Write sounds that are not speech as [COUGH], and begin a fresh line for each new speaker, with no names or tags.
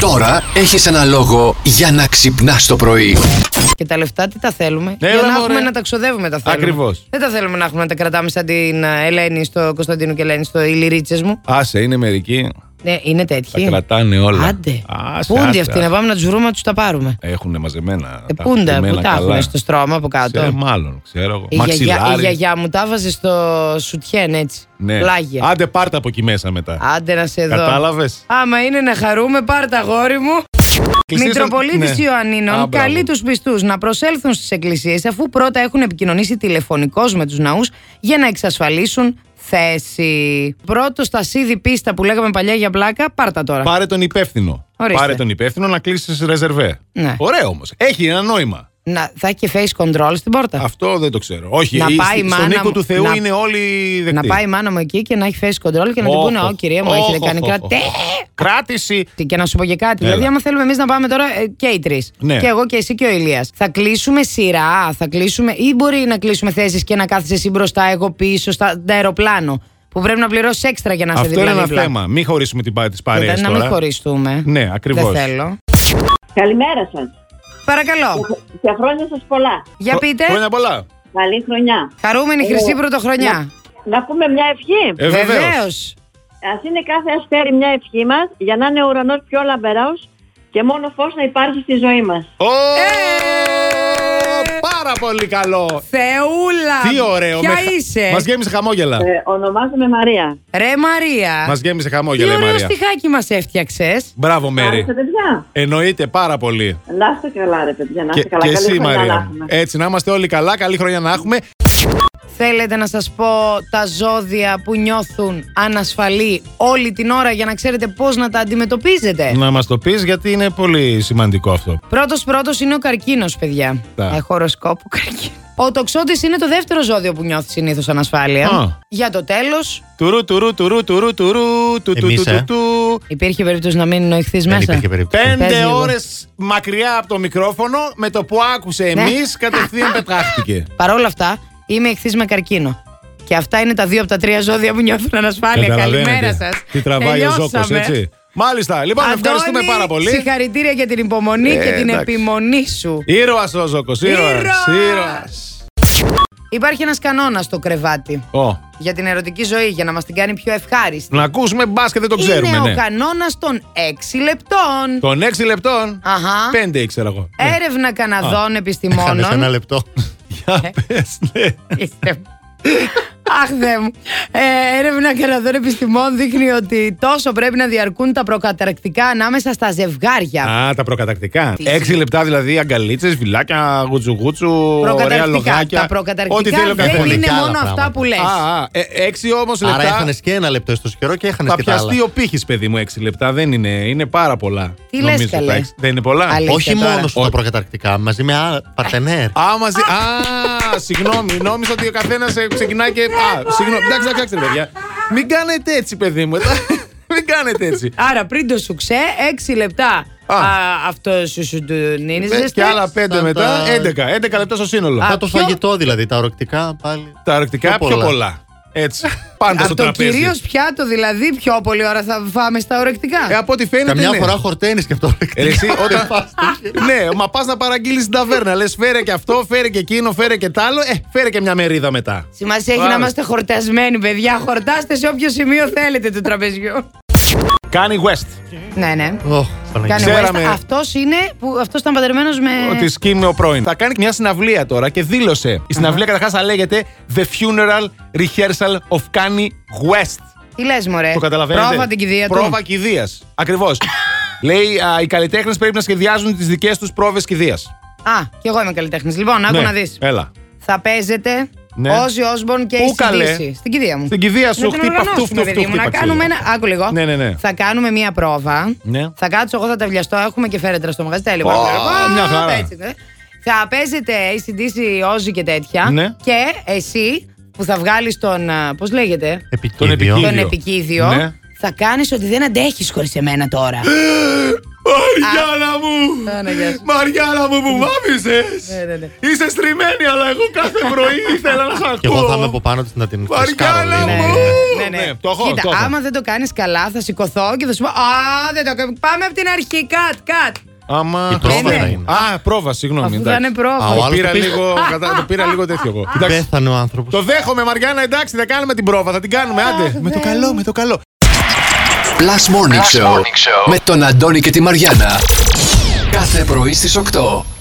Τώρα έχεις ένα λόγο για να ξυπνάς το πρωί.
Και τα λεφτά τι τα θέλουμε.
Έλα,
για να
Ναι, μωρέ.
έχουμε να τα ξοδεύουμε τα θέλουμε.
Ακριβώς.
Δεν τα θέλουμε να έχουμε να τα κρατάμε σαν την α, Ελένη στο Κωνσταντίνο και Ελένη στο ηλιρίτσε μου.
Άσε, είναι μερικοί.
Ναι, είναι
Τα
τέτοιοι.
κρατάνε όλα.
Άντε.
Άσε,
Πούντι
άσε,
αυτοί να
άσε.
πάμε να τους βρούμε να τους τα πάρουμε.
Έχουν μαζεμένα.
Ε,
τα
πούντα
μαζεμένα
που τα
καλά.
έχουν στο στρώμα από κάτω.
Ξέρω, μάλλον, ξέρω εγώ.
Η γιαγιά, η
Μαξιλάρι.
γιαγιά μου τα βάζε στο σουτιέν έτσι.
Ναι.
Πλάγια.
Άντε πάρτα από εκεί μέσα μετά.
Άντε να σε δω.
Κατάλαβες.
Άμα είναι να χαρούμε, πάρ' τα γόρι μου.
Εκκλησίες των-
Μητροπολίτης
ναι.
Ιωαννίνων
Α, μπράβο.
καλεί τους πιστούς να προσέλθουν στις εκκλησίες αφού πρώτα έχουν επικοινωνήσει τηλεφωνικώς με τους ναούς για να εξασφαλίσουν θέση. Πρώτος στα σίδη πίστα που λέγαμε παλιά για πλάκα, πάρτα τώρα.
Πάρε τον υπεύθυνο.
Ορίστε.
Πάρε τον υπεύθυνο να κλείσεις ρεζερβέ.
Ναι.
Ωραίο όμως. Έχει ένα νόημα.
Να, θα έχει και face control στην πόρτα.
Αυτό δεν το ξέρω. Όχι,
Ναι. Να
ή
πάει
στη-
η
στον
μάνα
οίκο
μου-
του Θεού
να-
είναι όλοι δεκτοί.
να πάει η μάνα μου εκεί και να έχει face control και να του
Όχ,
πούνε: Ω
όχ,
κυρία μου,
όχ,
έχετε
όχ,
κάνει
όχ,
κράτη.
όχ. Κράτηση.
Και να σου πω και κάτι.
Έλα.
Δηλαδή, άμα θέλουμε εμείς να πάμε τώρα ε, και οι τρεις.
Ναι.
Και εγώ και εσύ και ο Ηλίας. Θα κλείσουμε σειρά, θα κλείσουμε. ή μπορεί να κλείσουμε θέσεις και να κάθεσαι εσύ μπροστά, εγώ πίσω, στα τα αεροπλάνο. Που πρέπει να πληρώσεις έξτρα για να σε
Αυτό είναι
δίπλα.
ένα
δίπλα.
θέμα. Μην χωρίσουμε την πα- τις παρέες
Μετά, να
τώρα.
μην χωριστούμε.
Ναι, ακριβώς.
Δεν θέλω.
Καλημέρα σας.
Παρακαλώ.
Και χρόνια σας πολλά.
Για
Χρο-
πείτε.
Χρόνια πολλά.
Καλή χρονιά.
Χαρούμενη χρυσή πρωτοχρονιά.
Να πούμε μια ευχή.
Ε, βεβαίως.
Βεβαίως.
Ας είναι κάθε αστέρι μια ευχή μας για να είναι ο ουρανός πιο λαμπερός και μόνο φως να υπάρχει στη ζωή μας.
Ω,
Ε!
Πάρα πολύ καλό.
Θεούλα.
Τι ωραίο.
Ποια
με χα-
είσαι.
Μας γέμισε χαμόγελα.
Ε, ονομάζομαι Μαρία.
Ρε Μαρία.
Μας γέμισε
Τι
χαμόγελα η
ωραίο
Μαρία.
στιχάκι μας έφτιαξες.
Μπράβο Μέρη.
Άρεσε, παιδιά.
Εννοείται πάρα πολύ.
Να είστε καλά, ρε παιδιά. Να
Και,
είστε καλά.
και
Καλή
εσύ
χρονιά να
Μαρία. μου.
έχουμε.
Έτσι να είμαστε όλοι καλά. Καλή χρονιά να έχουμε.
Θέλετε να σας πω τα ζώδια που νιώθουν ανασφαλή όλη την ώρα για να ξέρετε πώς να τα αντιμετωπίζετε.
Να μας το πεις γιατί είναι πολύ σημαντικό αυτό.
Πρώτος πρώτος είναι ο καρκίνος παιδιά.
Τα.
Έχω οροσκόπο καρκίνο. Ο τοξότης είναι το δεύτερο ζώδιο που νιώθει συνήθως ανασφάλεια.
Α.
Για το τέλος
Τουρού, τουρού, τουρού, τουρού, τουρού, του, του,
Εμείς,
του,
ε.
του, του.
υπήρχε περίπτωση να μην νοηχθείς
Δεν
μέσα.
υπήρχε περίπτωση.
Πες
Πέντε
λίγο.
ώρες μακριά από το μικρόφωνο, με το που άκουσε
Ναι.
εμείς, κατευθείαν πετάχτηκε.
Παρ' όλα αυτά είμαι εχθής με καρκίνο. Και αυτά είναι τα δύο από τα τρία ζώδια που νιώθουν ανασφάλεια.
Καταλαβαίνετε
Καλημέρα σας.
Τι τραβάει ο Ζώκος,
Τελειώσαμε.
έτσι. Μάλιστα. Λοιπόν, ευχαριστούμε
Αντώνη,
πάρα πολύ. Ε,
Συγχαρητήρια για την υπομονή και την
εντάξει.
επιμονή σου.
Ήρωας ο Ζώκος, ήρωας,
Ήρωας.
ήρωας.
Υπάρχει ένας κανόνας στο κρεβάτι
Ω,
για την ερωτική ζωή, για να μας την κάνει πιο ευχάριστη.
Να ακούσουμε μπάσκετ, δεν το ξέρουμε,
Είναι
ναι.
ο κανόνας των 6 λεπτών.
Των 6 λεπτών,
Αχα.
5 ήξερα εγώ.
Ε,
Ναι.
Έρευνα Καναδών
[LAUGHS]
Έχανες ένα
επιστημόνων.
λεπτό.
ε.
Για πες, ναι.
Είστε- Αχ, Θεέ μου. Ε, έρευνα Καναδών επιστημών δείχνει ότι τόσο πρέπει να διαρκούν τα προκαταρκτικά ανάμεσα στα ζευγάρια.
Α, τα προκατακτικά.
Ε. Τι.
6 λεπτά δηλαδή αγκαλίτσες, βιλάκια, γουτσουγούτσου, ωραία λογάκια.
Τα
Ό,τι θέλει
προκαταρκτικά
ο
δεν
καθένας.
είναι
Και άλλα
μόνο αυτά
πράγματα.
που λες.
Α, α, ε, 6 όμω λεπτά.
Άρα έχανες και ένα λεπτό στο καιρό και έχανες
θα
και τα άλλα.
πιαστεί ο πύχης, παιδί μου, 6 λεπτά. Δεν είναι, είναι πάρα πολλά.
Τι
νομίζω,
λες, καλέ.
τα έξι. Δεν είναι πολλά.
Αλήθεια.
Όχι
τώρα.
μόνος σου
Όχι.
τα προκαταρκτικά, μαζί με άλλα παρτενέρ.
Α, μαζί. Α, συγγνώμη. Νόμιζα ότι ο καθένας ξεκινάει και. Α, συγγνώμη. Εντάξει, εντάξει, ρε, παιδιά. Μην κάνετε έτσι, παιδί μου. ε, [LAUGHS] Μην κάνετε έτσι.
Άρα πριν το σουξέ, 6 λεπτά.
Α.
Α, αυτό σου σου του νίνιζε.
Και άλλα 5
τα-
μετά, 11.
τα-
11 λεπτά στο σύνολο.
Ε, Α,
Μετά το
ποιο-
φαγητό δηλαδή, τα ορεκτικά πάλι.
Τα αρκτικά
πιο
πιο
πολλά.
πολλά. Έτσι. Πάντα στο
Από το
τραπέζι.
κυρίως πιάτο, δηλαδή, πιο πολλή ώρα θα φάμε στα ορεκτικά.
Ε, από ό,τι φαίνεται.
Καμιά
ναι.
φορά χορταίνεις και αυτό ορεκτικά.
Ε, Εσύ, όταν...
Φας το χέρι.
ναι, μα πας να παραγγείλεις την ταβέρνα. Λες φέρε και αυτό, φέρε και εκείνο, φέρε και τ' άλλο. Ε, φέρε και μια μερίδα μετά.
Σημασία έχει να
Πάμε.
είμαστε χορτασμένοι, παιδιά. Χορτάστε σε όποιο σημείο θέλετε του τραπεζιού.
Κάνει West.
ναι, ναι.
Ωχ, Παναγία.
Κάνει
Ξέραμε.
West. Αυτός είναι που αυτός ήταν παντρεμένος με.
Ότι σκύμει ο πρώην. Ε. Θα κάνει μια συναυλία τώρα και δήλωσε. Η συναυλία καταρχάς θα λέγεται The Funeral Rehearsal of Kanye West.
Τι λες μωρέ.
Το καταλαβαίνετε.
Ε, Πρόβα την κηδεία του.
Πρόβα κηδείας.
[COUGHS]
Ακριβώς. Λέει, α, οι καλλιτέχνες πρέπει να σχεδιάζουν τις δικές τους πρόβες κηδείας.
Α, και εγώ είμαι καλλιτέχνης. Λοιπόν, άκου
Ναι,
να δεις.
Έλα.
Θα παίζετε
Ναι.
Όζι Όσμπορν και
Πού
η
καλέ?
Στην κηδεία μου.
Στην κηδεία
Να
σου,
την
χτύπα
οργανώσουμε,
αυτού, αυτού,
παιδί
αυτού.
μου, Να κάνουμε ένα. Άκου λίγο.
Ναι, ναι, ναι.
Θα κάνουμε μία πρόβα.
Ναι.
Θα κάτσω εγώ, θα τα βιαστώ. Έχουμε και φέρετρα στο μαγαζί. Τέλειο.
Ω,
Παρακαλώ.
μια
Ω,
χαρά.
έτσι, ναι. Θα παίζετε ACDC, Όζι και τέτοια.
Ναι.
Και εσύ που θα βγάλεις τον. Πώς λέγεται.
Τον
Επικίνδυνο.
Τον
Επικίδιο.
επικίδιο.
Ναι.
Θα κάνεις ότι δεν αντέχεις χωρίς εμένα τώρα.
Μαριάννα μου!
Παναγιά ναι, σου.
Μαριάννα μου, μου μ' άφησες!
Ναι, ναι, ναι.
Είσαι στριμμένη, αλλά εγώ κάθε
[LAUGHS]
πρωί ήθελα να σ' ακούω.
Και εγώ θα είμαι από πάνω της να την
Μαριάννα
φυσκάρω λίγο.
μου!
Ναι, ναι, ναι.
Ναι, το έχω,
Κοίτα,
το έχω.
άμα δεν το κάνεις καλά, θα σηκωθώ και θα σου πω Α, δεν το κάνω. Πάμε από την αρχή. Κατ, κατ.
Η
Άμα.
πρόβα
ναι.
θα είναι.
Α, πρόβα, συγγνώμη.
Αφού θα
εντάξει.
είναι πρόβα.
Α, ο
Το
άλλος
πήρα
το πήρε.
λίγο, κατα- το πήρα λίγο τέτοιο εγώ. Εντάξει.
Πέθανε ο άνθρωπος.
Το δέχομαι, Μαριάννα, εντάξει, δεν κάνουμε την πρόβα, θα την κάνουμε, άντε. Με το καλό, με το καλό.
Plus Morning, Show, με τον Αντώνη και τη Μαριάνα. Κάθε πρωί στις 8.